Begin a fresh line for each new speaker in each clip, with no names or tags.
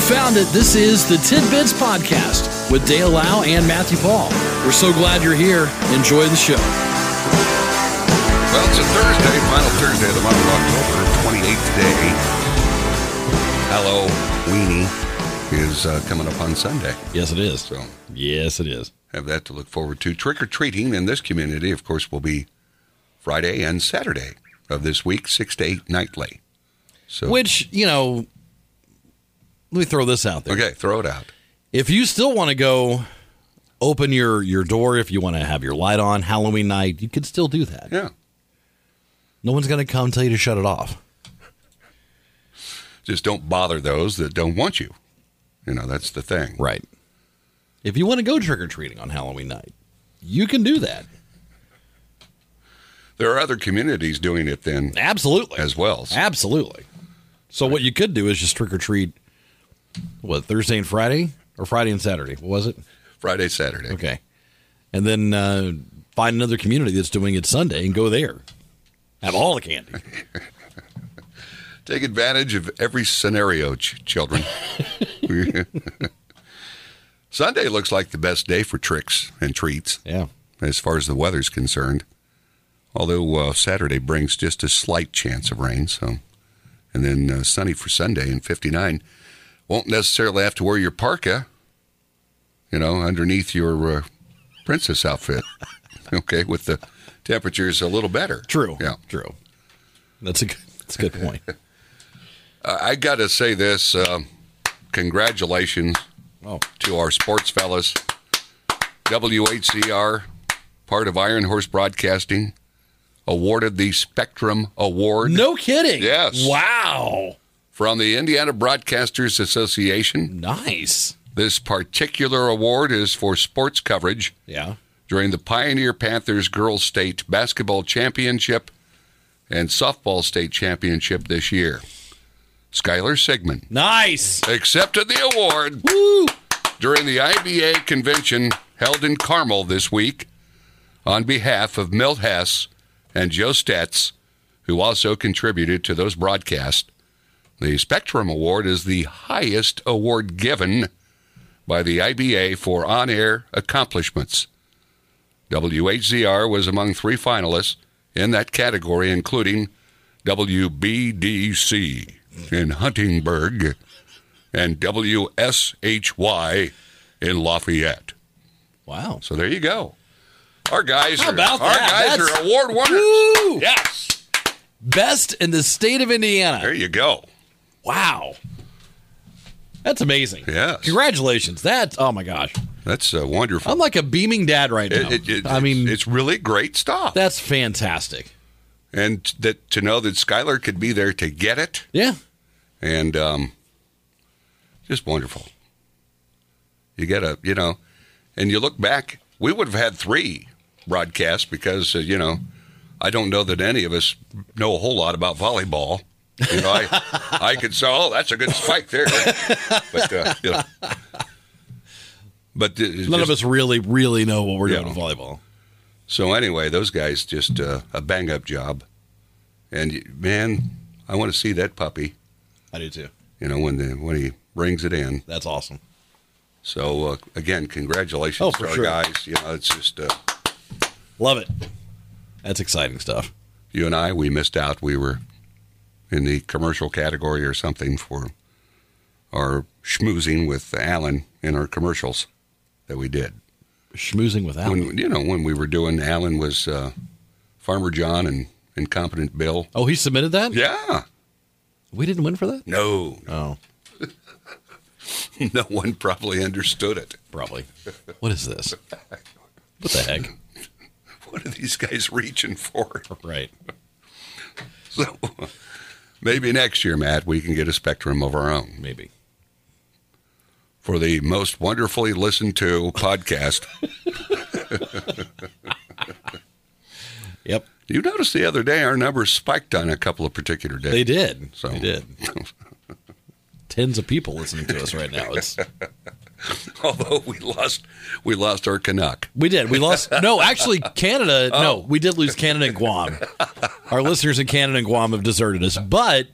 found it. This is the Tidbits Podcast with Dale Lau and Matthew Paul. We're so glad you're here. Enjoy the show.
Well, it's a Thursday, final Thursday of the month of October, 28th day. Hello, Weenie is uh, coming up on Sunday.
Yes, it is.
So
Yes, it is.
have that to look forward to. Trick or treating in this community, of course, will be Friday and Saturday of this week, 6 to 8 nightly. So,
Which, you know, let me throw this out there.
okay, throw it out.
If you still want to go open your, your door, if you want to have your light on Halloween night, you could still do that.
Yeah.
No one's going to come tell you to shut it off.
Just don't bother those that don't want you. You know, that's the thing.
Right. If you want to go trick or treating on Halloween night, you can do that.
There are other communities doing it then
Absolutely.
as well.
Ah.
So-
Absolutely. So what you could do is just trick or treat. What Thursday and Friday or Friday and Saturday? What was it?
Friday, Saturday.
Okay, and then uh, find another community that's doing it Sunday and go there. Have all the candy.
Take advantage of every scenario, ch- children. Sunday looks like the best day for tricks and treats
Yeah.
as far as the weather's concerned. Although uh, Saturday brings just a slight chance of rain, so and then uh, sunny for Sunday and 59. Won't necessarily have to wear your parka, you know, underneath your uh, princess outfit. okay, with the temperatures a little better.
True.
Yeah.
True. That's a good, that's a good point.
I got to say this. Uh, congratulations
Oh,
to our sports fellas. WHCR, part of Iron Horse Broadcasting, awarded the Spectrum Award
no kidding.
Yes.
Wow.
from the Indiana Broadcasters Association.
Nice.
This particular award is for sports coverage
Yeah.
during the Pioneer Panthers Girls State Basketball Championship and Softball State Championship this year. Skylar Sigmund
Nice.
accepted the award
Woo.
during the IBA convention held in Carmel this week on behalf of Milt Hess and Joe Stetz, who also contributed to those broadcasts. The Spectrum Award is the highest award given by the IBA for on air accomplishments. WHZR was among three finalists in that category, including WBDC in Huntingburg and WSHY in Lafayette.
Wow.
So there you go. Our guys
How
are
about
our
that?
guys
That's-
are award winners.
Woo.
Yes.
Best in the state of Indiana.
There you go.
Wow. That's amazing.
Yes.
Congratulations. That's, oh my gosh.
That's uh, wonderful.
I'm like a beaming dad right now.
It- it- it-
I mean,
it's really great stuff.
that's fantastic.
and that to know that Skylar could be there to get it
Yeah.
and um, just wonderful. You get a, you know, and you look back, we would have had three broadcasts because, uh, you know, I don't know that any of us know a whole lot about volleyball. You know, I, I could say, oh, that's a good spike there. But, uh, you know, but uh,
None of us really, really know what we're doing
Yeah.
in volleyball.
so anyway, those guys just uh, a bang up job. And you- man, I want to see that puppy.
I do too.
You know when the when he brings it in.
That's awesome.
So uh, again, congratulations
Oh,
to
for
our
sure.
guys. You know, it's just uh,
Love it. That's exciting stuff.
you and I. We missed out. We were in the commercial category or something for our schmoozing with Alan in our commercials that we did.
Schmoozing with Alan.
When you know when we were doing, Alan was uh, Farmer John and Incompetent Bill.
oh, he submitted that?
Yeah.
We didn't win for that?
No,
Oh,
no one probably understood it.
probably. What is this? What the heck?
What are these guys reaching for?
Right.
So maybe next year, Matt, we can get a spectrum of our own.
Maybe.
for the most wonderfully listened to podcast.
Yep.
you noticed the other day our numbers spiked on a couple of particular days.
They did.
So-
They did. Tens of people listening to us right now. It's
Although we lost we lost our Canuck.
We did. We lost. No, actually, Canada. No, we did lose Canada and Guam. Our listeners in Canada and Guam have deserted us, but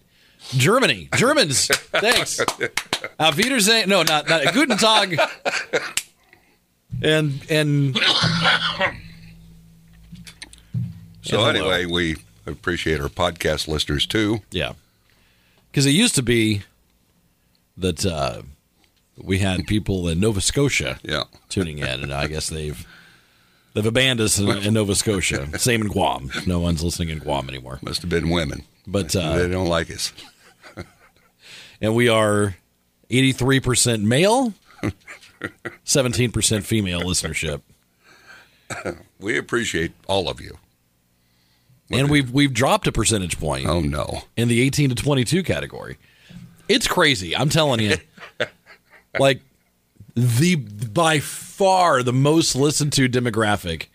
Germany. Germans. Thanks. Auf Wiedersehen. No, not, not Guten Tag. And and
So
hello.
anyway, we appreciate our podcast listeners too.
yeah, because it used to be that uh, we had people in Nova Scotia
Yeah.
tuning in, and I guess they've they've abandoned us in, in Nova Scotia. Same in Guam. No one's listening in Guam anymore.
Must have been women.
But uh,
they don't like us.
and we are 83% male, 17% female listenership.
We appreciate all of you.
And we've we've dropped a percentage point
Oh no.
in the 18 to 22 category. It's crazy, I'm telling you. like the by far the most listened to demographic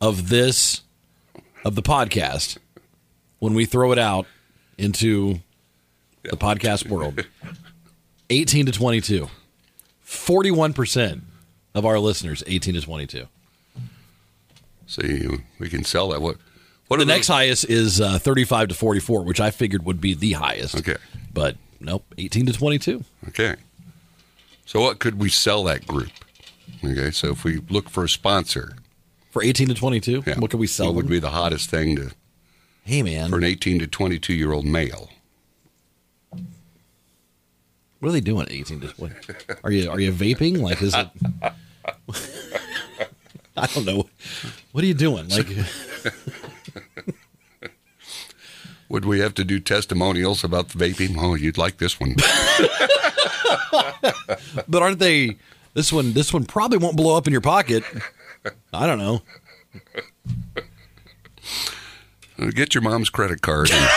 of this of the podcast when we throw it out into the podcast world. 18 to 22. 41% of our listeners 18 to 22.
See, we can sell that. What? What
The
are those-
next highest is uh, 35 to 44, which I figured would be the highest.
Okay.
But nope, 18 to 22.
Okay. So what could we sell that group? Okay. So if we look for a sponsor,
For 18 to 22,
yeah,
what could we sell?
What would
them?
be the hottest thing to
hey, man,
for an 18 to 22 year old male?
what are they doing at 18 to 20? Are you, are you vaping? Like, is it. I don't know. What are you doing? Like,
Would we have to do testimonials about the vaping? Oh, you'd like this one.
but aren't they. This one, this one probably won't blow up in your pocket. I don't know.
Uh, Get your mom's credit card. and-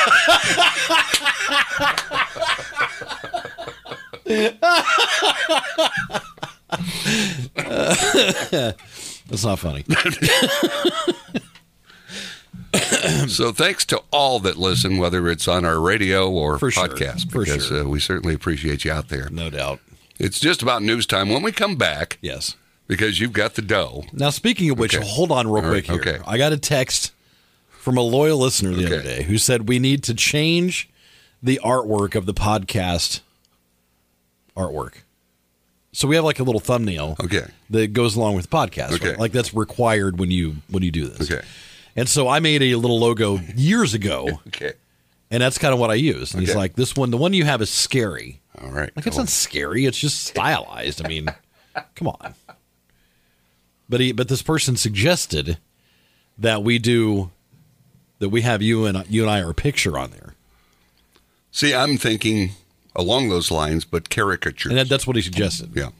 That's not funny.
So thanks to all that listen, whether it's on our radio or
For sure.
podcast,
For
because
sure.
uh, we certainly appreciate you out there.
No doubt.
It's just about news time. When we come back,
Yes.
because you've got the dough.
Now, speaking of which,
Okay.
hold on real
All right,
quick here.
okay.
I got a text from a loyal listener the other
Okay.
day who said we need to change the artwork of the podcast artwork. So we have like a little thumbnail
Okay.
that goes along with the podcast.
Okay.
right? Like that's required when you when you do this.
Okay.
And so I made a little logo years ago,
Okay.
and that's kind of what I used. And he's
Okay.
like, "This one, the one you have is scary."
All right.
Like it's not scary. It's just stylized. I mean, come on. But he, but this person suggested that we do that we have you and you and I our picture on there,
See, I'm thinking along those lines, but caricature.
and that, that's what he suggested
yeah.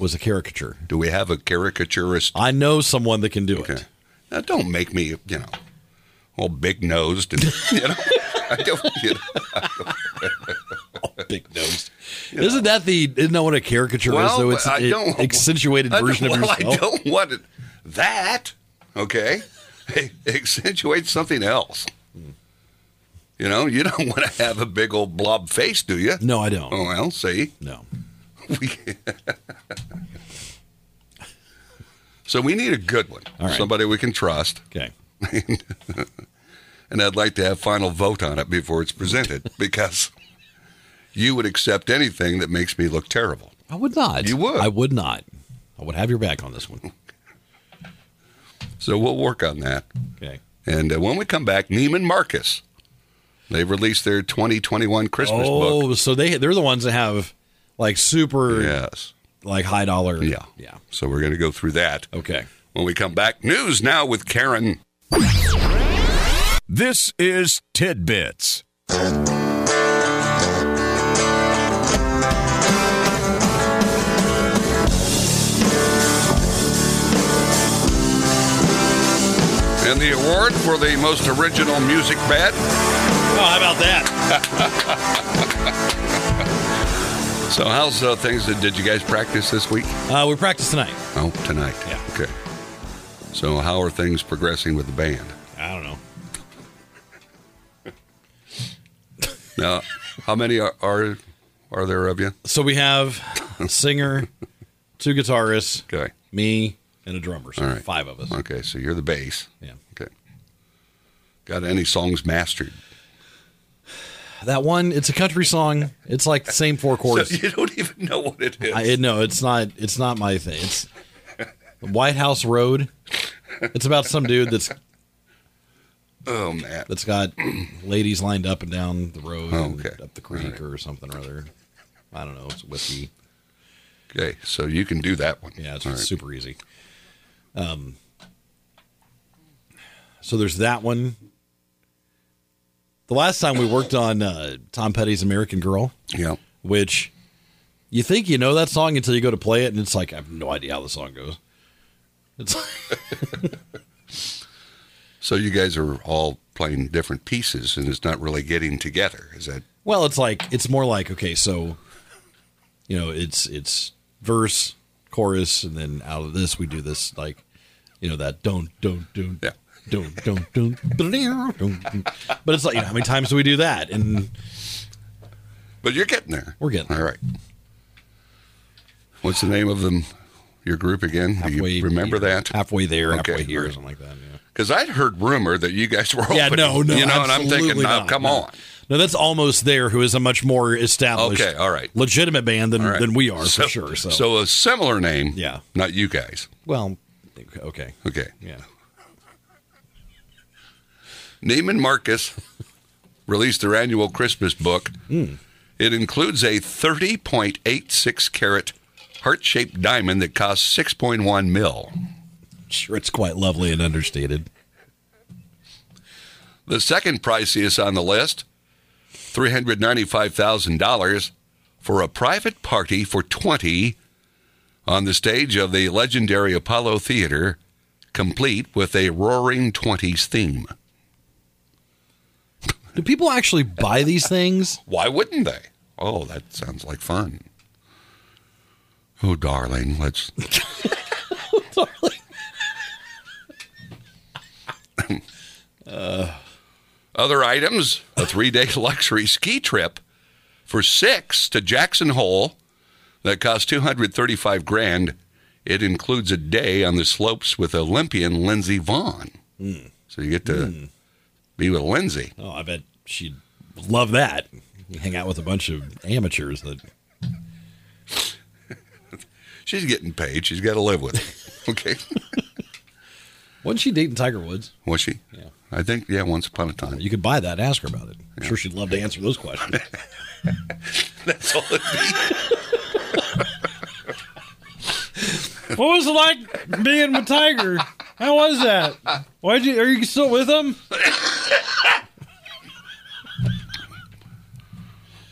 was a caricature.
Do we have a caricaturist?
I know someone that can do
Okay.
it.
Now, don't make me, you know, all big nosed and, you know, I don't, you know.
Big nose. Isn't that the? Isn't that what a caricature is?
Well,
Though it's
I
an
don't-
accentuated
I don't-
version of
well,
yourself.
I don't want it. That, okay, accentuates something else. You know, you don't want to have a big old blob face, do you?
No, I don't.
Oh, well, see.
No.
We- so we need a good one,
All right.
somebody we can trust,
Okay.
and I'd like to have final vote on it before it's presented because you would accept anything that makes me look terrible.
I would not.
You would.
I would not. I would have your back on this one.
So we'll work on that.
Okay.
And uh, when we come back, Neiman Marcus, they released their 2021 Christmas
Oh,
book.
so they they're the ones that have like super
Yes.
like high dollar.
Yeah.
Yeah.
So we're going to go through that
Okay.
when we come back. News now with Karen.
This is Tidbits.
And the award for the most original music bed.
Oh, how about that?
So, how's uh, things? Did you guys practice this week?
Uh, we practice tonight.
Oh, tonight.
Yeah.
Okay. So, how are things progressing with the band?
I don't know.
Now, how many are, are are there of you?
So we have a singer, two guitarists,
Okay.
me, and a drummer. So
All right.
five of us.
Okay. So you're the bass.
Yeah.
Okay. Got any songs mastered?
that one. It's a country song. It's like the same four
So
chords.
you don't even know what it is.
I it- no, it's not. It's not my thing. It's White House Road. It's about some dude that's
oh man,
that's got ladies lined up and down the road,
Oh,
and
okay.
up the creek or something or other. I don't know. It's whiskey.
okay. So you can do that one.
Yeah, it's
All right.
super easy. Um, so there's that one. The last time we worked on uh, Tom Petty's American Girl,
Yeah.
which you think you know that song until you go to play it, and it's like I have no idea how the song goes. It's
So you guys are all playing different pieces, and it's not really getting together. Is that
well, it's like it's more like okay, so you know, it's it's verse, chorus, and then out of this we do this like you know that don't don't don't
Yeah.
don't don't don't don't don't. But it's like you know, how many times do we do that? And
But you're getting there.
We're getting there.
All right. What's the name of them? Your group again? Do
halfway
you remember that?
halfway there,
Okay,
halfway here,
all
or
right.
something like that. Yeah.
Because I'd heard rumor that you guys were opening.
Yeah, no, no,
You know, and I'm thinking,
absolutely
now,
not,
come
no.
on.
No, that's almost there. Who is a much more established,
Okay, all right.
legitimate band than
All right.
than we are for sure. So,
so a similar name.
Yeah.
Not you guys.
well, okay,
Okay.
yeah,
Neiman Marcus released their annual Christmas book.
Hmm.
It includes a 30.86 carat heart shaped diamond that costs 6.1 mil.
sure, it's quite lovely and understated.
The second priciest on the list, $395,000 for a private party for 20 on the stage of the legendary Apollo Theater, complete with a roaring 20s theme.
Do people actually buy these things?
Why wouldn't they? Oh, that sounds like fun. Oh, darling, let's. Other items a three day luxury ski trip for six to Jackson Hole that costs 235 grand. It includes a day on the slopes with Olympian Lindsey Vaughn. So you get to be with Lindsey.
Oh, I bet she'd love that. You hang out with a bunch of amateurs that
She's getting paid. She's got to live with it. Okay.
wasn't she dating Tiger Woods?
Was she?
Yeah.
I think, yeah, once upon a time.
You could buy that. Ask her about it. I'm sure she'd love to answer those questions.
That's all it
What was it like being with Tiger? How was that? Why'd you? Are you still with him?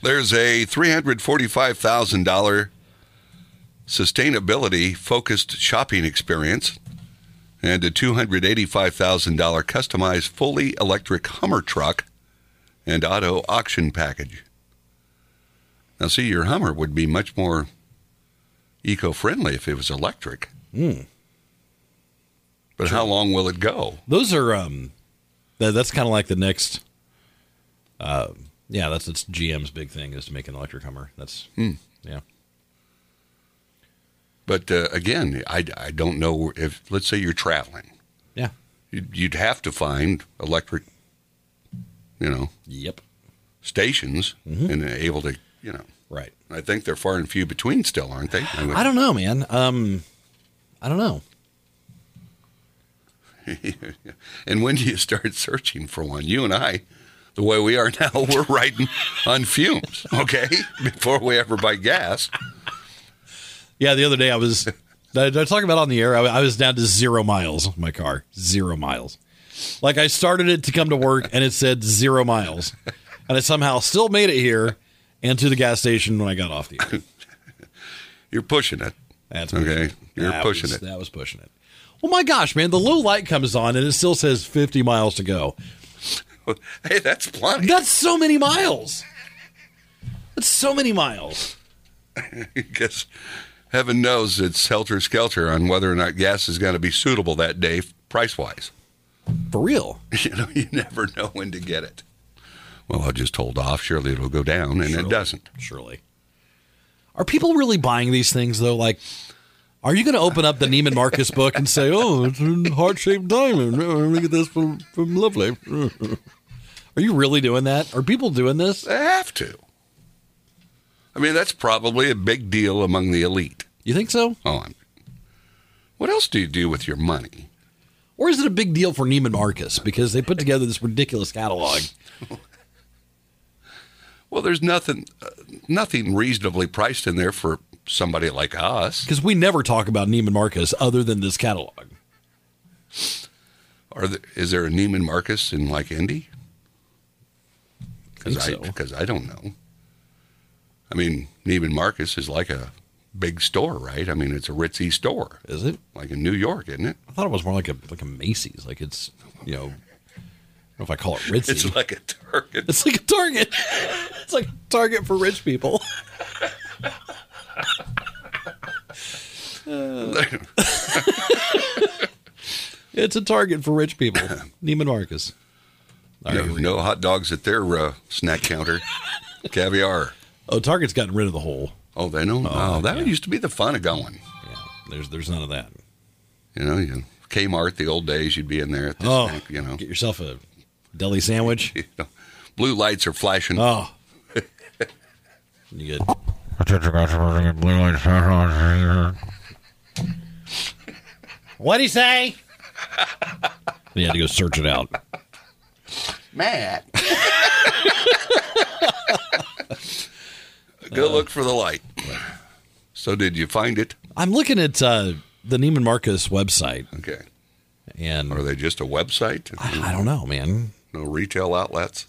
There's a $345,000 sustainability focused shopping experience and a $285,000 customized fully electric Hummer truck and auto auction package. Now, see, your Hummer would be much more eco friendly if it was electric. But how long will it go?
those are um, that, that's kind of like the next. Uh, yeah, that's that's GM's big thing is to make an electric Hummer. That's yeah.
But uh, again, I, I don't know if, let's say you're traveling.
Yeah.
You'd you'd have to find electric, you know,
Yep.
stations
Mm-hmm.
and able to, you know.
Right.
I think they're far and few between still, aren't they? I would-
I don't know, man. Um, I don't know.
and when do you start searching for one? You and I, the way we are now, we're riding on fumes, okay? Before we ever buy gas.
Yeah, the other day I was. Did I talk about on the air? I, I was down to zero miles on my car. Zero miles. Like I started it to come to work and it said zero miles. And I somehow still made it here and to the gas station when I got off the air.
You're pushing it.
That's
Okay,
pushing it.
you're
That
pushing
was-
it.
That was pushing it. Well, my gosh, man, the low light comes on and it still says 50 miles to go.
Hey, that's plenty.
That's so many miles. That's so many miles.
Because heaven knows it's helter skelter on whether or not gas is going to be suitable that day, price wise.
For real.
you know, you never know when to get it. Well, I'll just hold off. Surely it'll go down, and it
Surely.
doesn't.
Surely. Are people really buying these things though? Like, are you going to open up the Neiman Marcus book and Oh, say, "Oh, it's a heart-shaped diamond. Let me get this from from Lovely." Are you really doing that? Are people doing this?
They have to. I mean, that's probably a big deal among the elite.
You think so?
Oh, I'm, what else do you do with your money?
Or is it a big deal for Neiman Marcus because they put together this ridiculous catalog?
Well, there's nothing, uh, nothing reasonably priced in there for somebody like us.
Because we never talk about Neiman Marcus other than this catalog.
Are there, is there a Neiman Marcus in like Indy? Because
Think
I
so.
because I don't know. I mean, Neiman Marcus is like a big store, right? I mean, it's a ritzy store,
Is it?
like in New York, isn't it?
I thought it was more like a like a Macy's. Like it's you know, I don't know if I call it ritzy. It's
It's
like,
like a Target.
a Target. it's like a Target for rich people. it's a Target for rich people. Neiman Marcus. All
No,
right, here we go.
no hot dogs at their uh, snack counter. Caviar.
Oh, Target's gotten rid of the whole.
Oh, they don't. Oh, that used to be the fun of going.
Yeah, there's there's none of that.
You know, you Kmart, the old days, you'd be in there at the
Oh,
snack, you know.
get yourself a deli sandwich.
You know, Blue lights are flashing.
Oh, you get
Attention customers, we get blue light special.
What'd he say?
you had to go search it out.
Matt. Go look for the light. So, did you find it?
I'm looking at uh, the Neiman Marcus website,
Okay.
and
Are they just a website?
I don't know, man.
No retail outlets?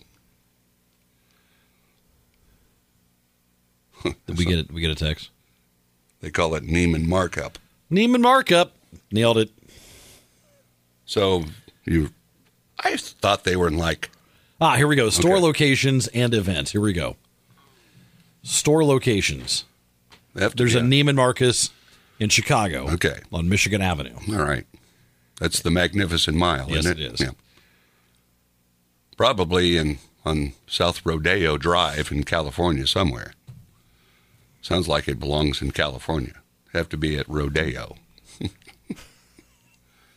Did we get it? We get a text.
They call it Neiman markup.
Neiman markup nailed it.
So, you, I thought they were in like
Ah, here we go. Store
Okay.
locations and events. Here we go. Store locations.
They have to
There's
be
a Neiman Marcus in Chicago.
Okay.
On Michigan Avenue.
All right. That's the Magnificent Mile,
Yes,
isn't it?
it is.
Probably in on South Rodeo Drive in California somewhere. Sounds like it belongs in California. Have to be at Rodeo.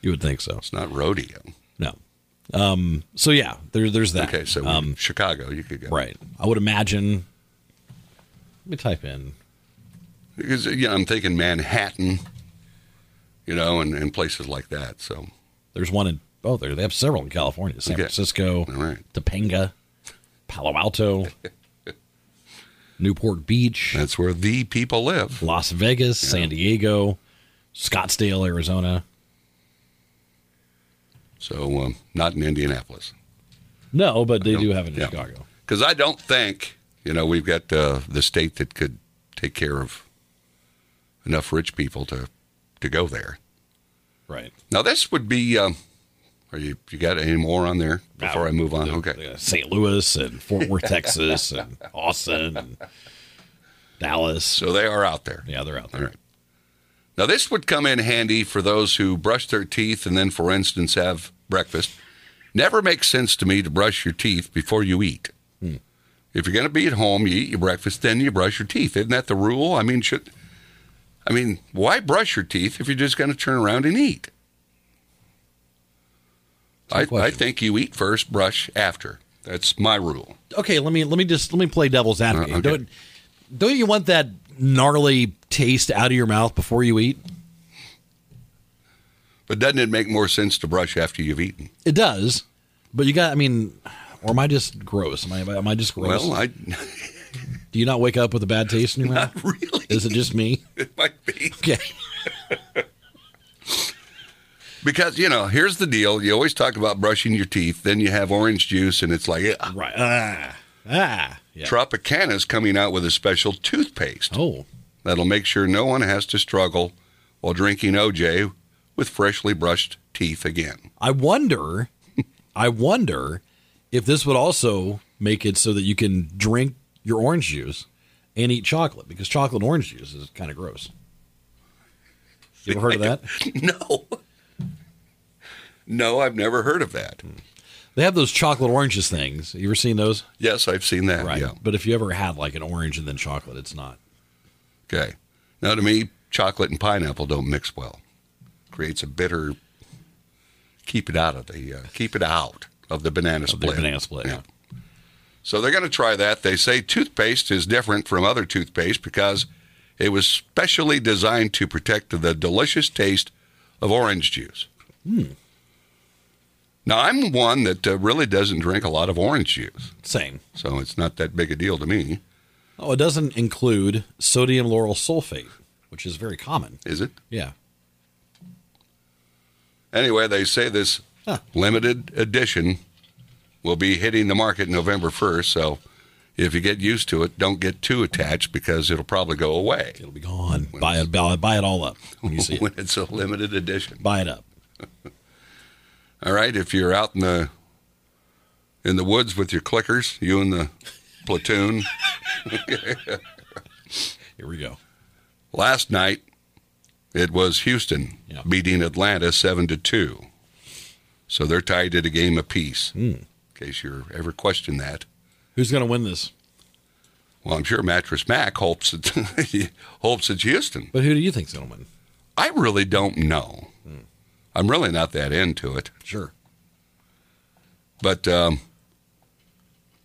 You would think so.
It's not rodeo.
No. Um. So yeah, there, there's that.
Okay, so
um,
Chicago, you could go
right. I would imagine. Let me type in.
because you know, I'm thinking Manhattan, you know, and, and places like that. So
There's one in. Oh, there they have several in California. San
Okay.
Francisco.
all right,
Topanga, Palo Alto, Newport Beach,
that's where the people live.
Las Vegas, San Diego, Scottsdale, Arizona.
So um, not in Indianapolis.
No, but they do have it in
Yeah.
Chicago.
because I don't think you know we've got uh, the state that could take care of enough rich people to to go there.
Right.
Now this would be. Um, are you you got any more on there before I move on? Okay,
Uh, St. Louis and Fort Worth, Texas, and Austin and Dallas.
so they are out there.
Yeah, they're out
All
there.
right. Now this would come in handy for those who brush their teeth and then, for instance, have breakfast. Never makes sense to me to brush your teeth before you eat. If you're going to be at home, you eat your breakfast, then you brush your teeth. Isn't that the rule? I mean, should I mean, why brush your teeth if you're just going to turn around and eat? I, I
question.
think you eat first, brush after. That's my rule.
Okay, let me let me just let me play devil's advocate.
Uh, okay.
Don't don't you want that gnarly taste out of your mouth before you eat?
But doesn't it make more sense to brush after you've eaten?
It does, but you got. I mean, or am I just gross? Am I am I just gross?
Well, I
Do you not wake up with a bad taste in your mouth?
really
Is it just me?
it might be.
Okay.
Because you know, here's the deal: you always talk about brushing your teeth, then you have orange juice, and it's like ugh.
Right. Ah. Ah. Yeah.
Tropicana's coming out with a special toothpaste
Oh.
that'll make sure no one has to struggle while drinking OJ with freshly brushed teeth again.
I wonder. I wonder if this would also make it so that you can drink your orange juice and eat chocolate because chocolate and orange juice is kind of gross. You ever heard of that?
no, no, I've never heard of that.
Hmm. They have those chocolate oranges things. You ever seen those?
Yes, I've seen that.
Right.
Yeah.
But if you ever had like an orange and then chocolate, it's not.
Okay. Now, to me, chocolate and pineapple don't mix well. Creates a bitter. Keep it out of the. Uh, keep it out of the banana
Of
split.
the banana split.
Yeah. So they're going to try that. They say toothpaste is different from other toothpaste because it was specially designed to protect the delicious taste of orange juice. Now, I'm one that uh, really doesn't drink a lot of orange juice,
Same.
so it's not that big a deal to me,
Oh, it doesn't include sodium lauryl sulfate, which is very common.
is it?
Yeah.
Anyway, they say this
Huh.
limited edition will be hitting the market November 1st. So if you get used to it, don't get too attached because it'll probably go away
It'll be gone. Buy it, buy, buy it all up when you see it.
when it's a limited edition.
Buy it up.
All right, if you're out in the in the woods with your clickers, you and the platoon,
Here we go.
last night it was Houston
Yeah.
beating Atlanta 7 to 2. So they're tied at a game apiece. In case you're ever questioned that.
Who's going to win this?
Well, I'm sure Mattress Mac hopes it hopes it's Houston.
But who do you think's going to win?
I really don't know. I'm really not that into it,
Sure.
but um,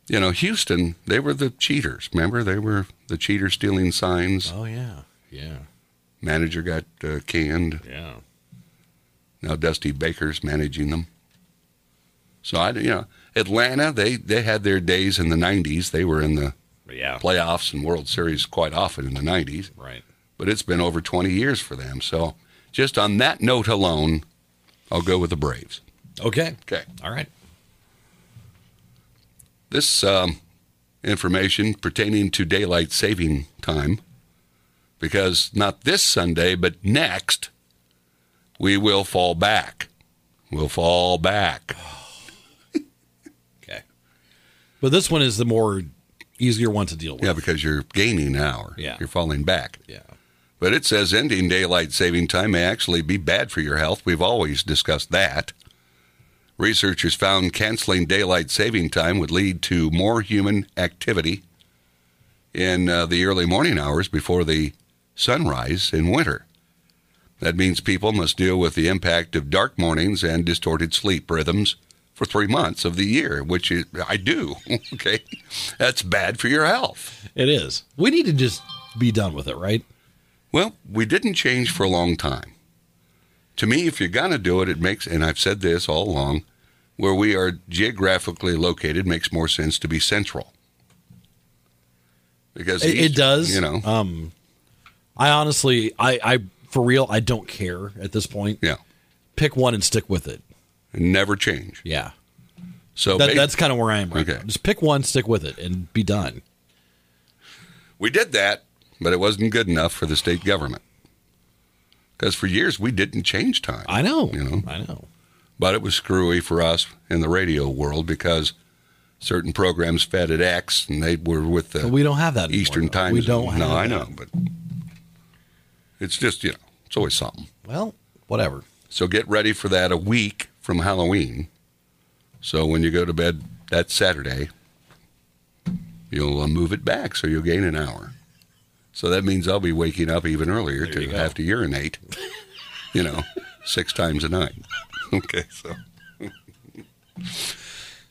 you know, Houston, they were the cheaters. Remember, they were the cheaters stealing signs.
Oh, yeah. Yeah.
Manager got uh, canned.
Yeah.
Now Dusty Baker's managing them. So I, you know, Atlanta, they they had their days in the '90s. They were in the
Yeah.
playoffs and World Series quite often in the '90s.
Right.
but it's been over 20 years for them. So just on that note alone, I'll go with the Braves.
Okay.
Okay.
All right.
This um, information pertaining to daylight saving time, because not this Sunday, but next, we will fall back. We'll fall back.
Okay. But this one is the more easier one to deal with.
Yeah, because you're gaining an hour.
Yeah.
You're falling back.
Yeah.
But it says ending daylight saving time may actually be bad for your health. We've always discussed that. Researchers found canceling daylight saving time would lead to more human activity in uh, the early morning hours before the sunrise in winter. That means people must deal with the impact of dark mornings and distorted sleep rhythms for three months of the year, which is, I do. Okay. That's bad for your health.
It is. We need to just be done with it, right?
Well, we didn't change for a long time. To me, if you're going to do it, it makes, and I've said this all along, where we are geographically located makes more sense to be central. Because
It, it
east-
does.
You know,
Um, I honestly, I, I, for real, I don't care at this point.
yeah,
Pick one and stick with it.
never change.
Yeah.
So
That,
ba-
that's kind of where I am right
Okay.
now. Just pick one, stick with it, and be done.
we did that, but it wasn't good enough for the state government. Because for years we didn't change time.
I know.
You know.
I know.
but it was screwy for us in the radio world because certain programs fed at X and they were with the.
But we don't have that anymore,
Eastern
though.
time.
We
zone.
don't have
No, I
that.
know, but it's just you know, it's always something.
Well, whatever.
So get ready for that a week from Halloween. So when you go to bed that Saturday, you'll uh, move it back, so you'll gain an hour. So that means I'll be waking up even earlier to have to urinate. you know, six times a night. Okay, so.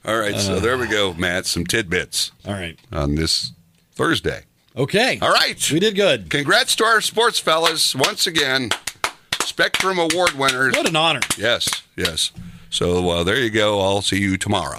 All right, so
Uh.
there we go, Matt. Some tidbits
All right.
on this Thursday.
Okay.
All right.
We did good.
Congrats to our sports fellas once again. Spectrum Award winners.
What an honor.
Yes, yes. So uh, there you go. I'll see you tomorrow.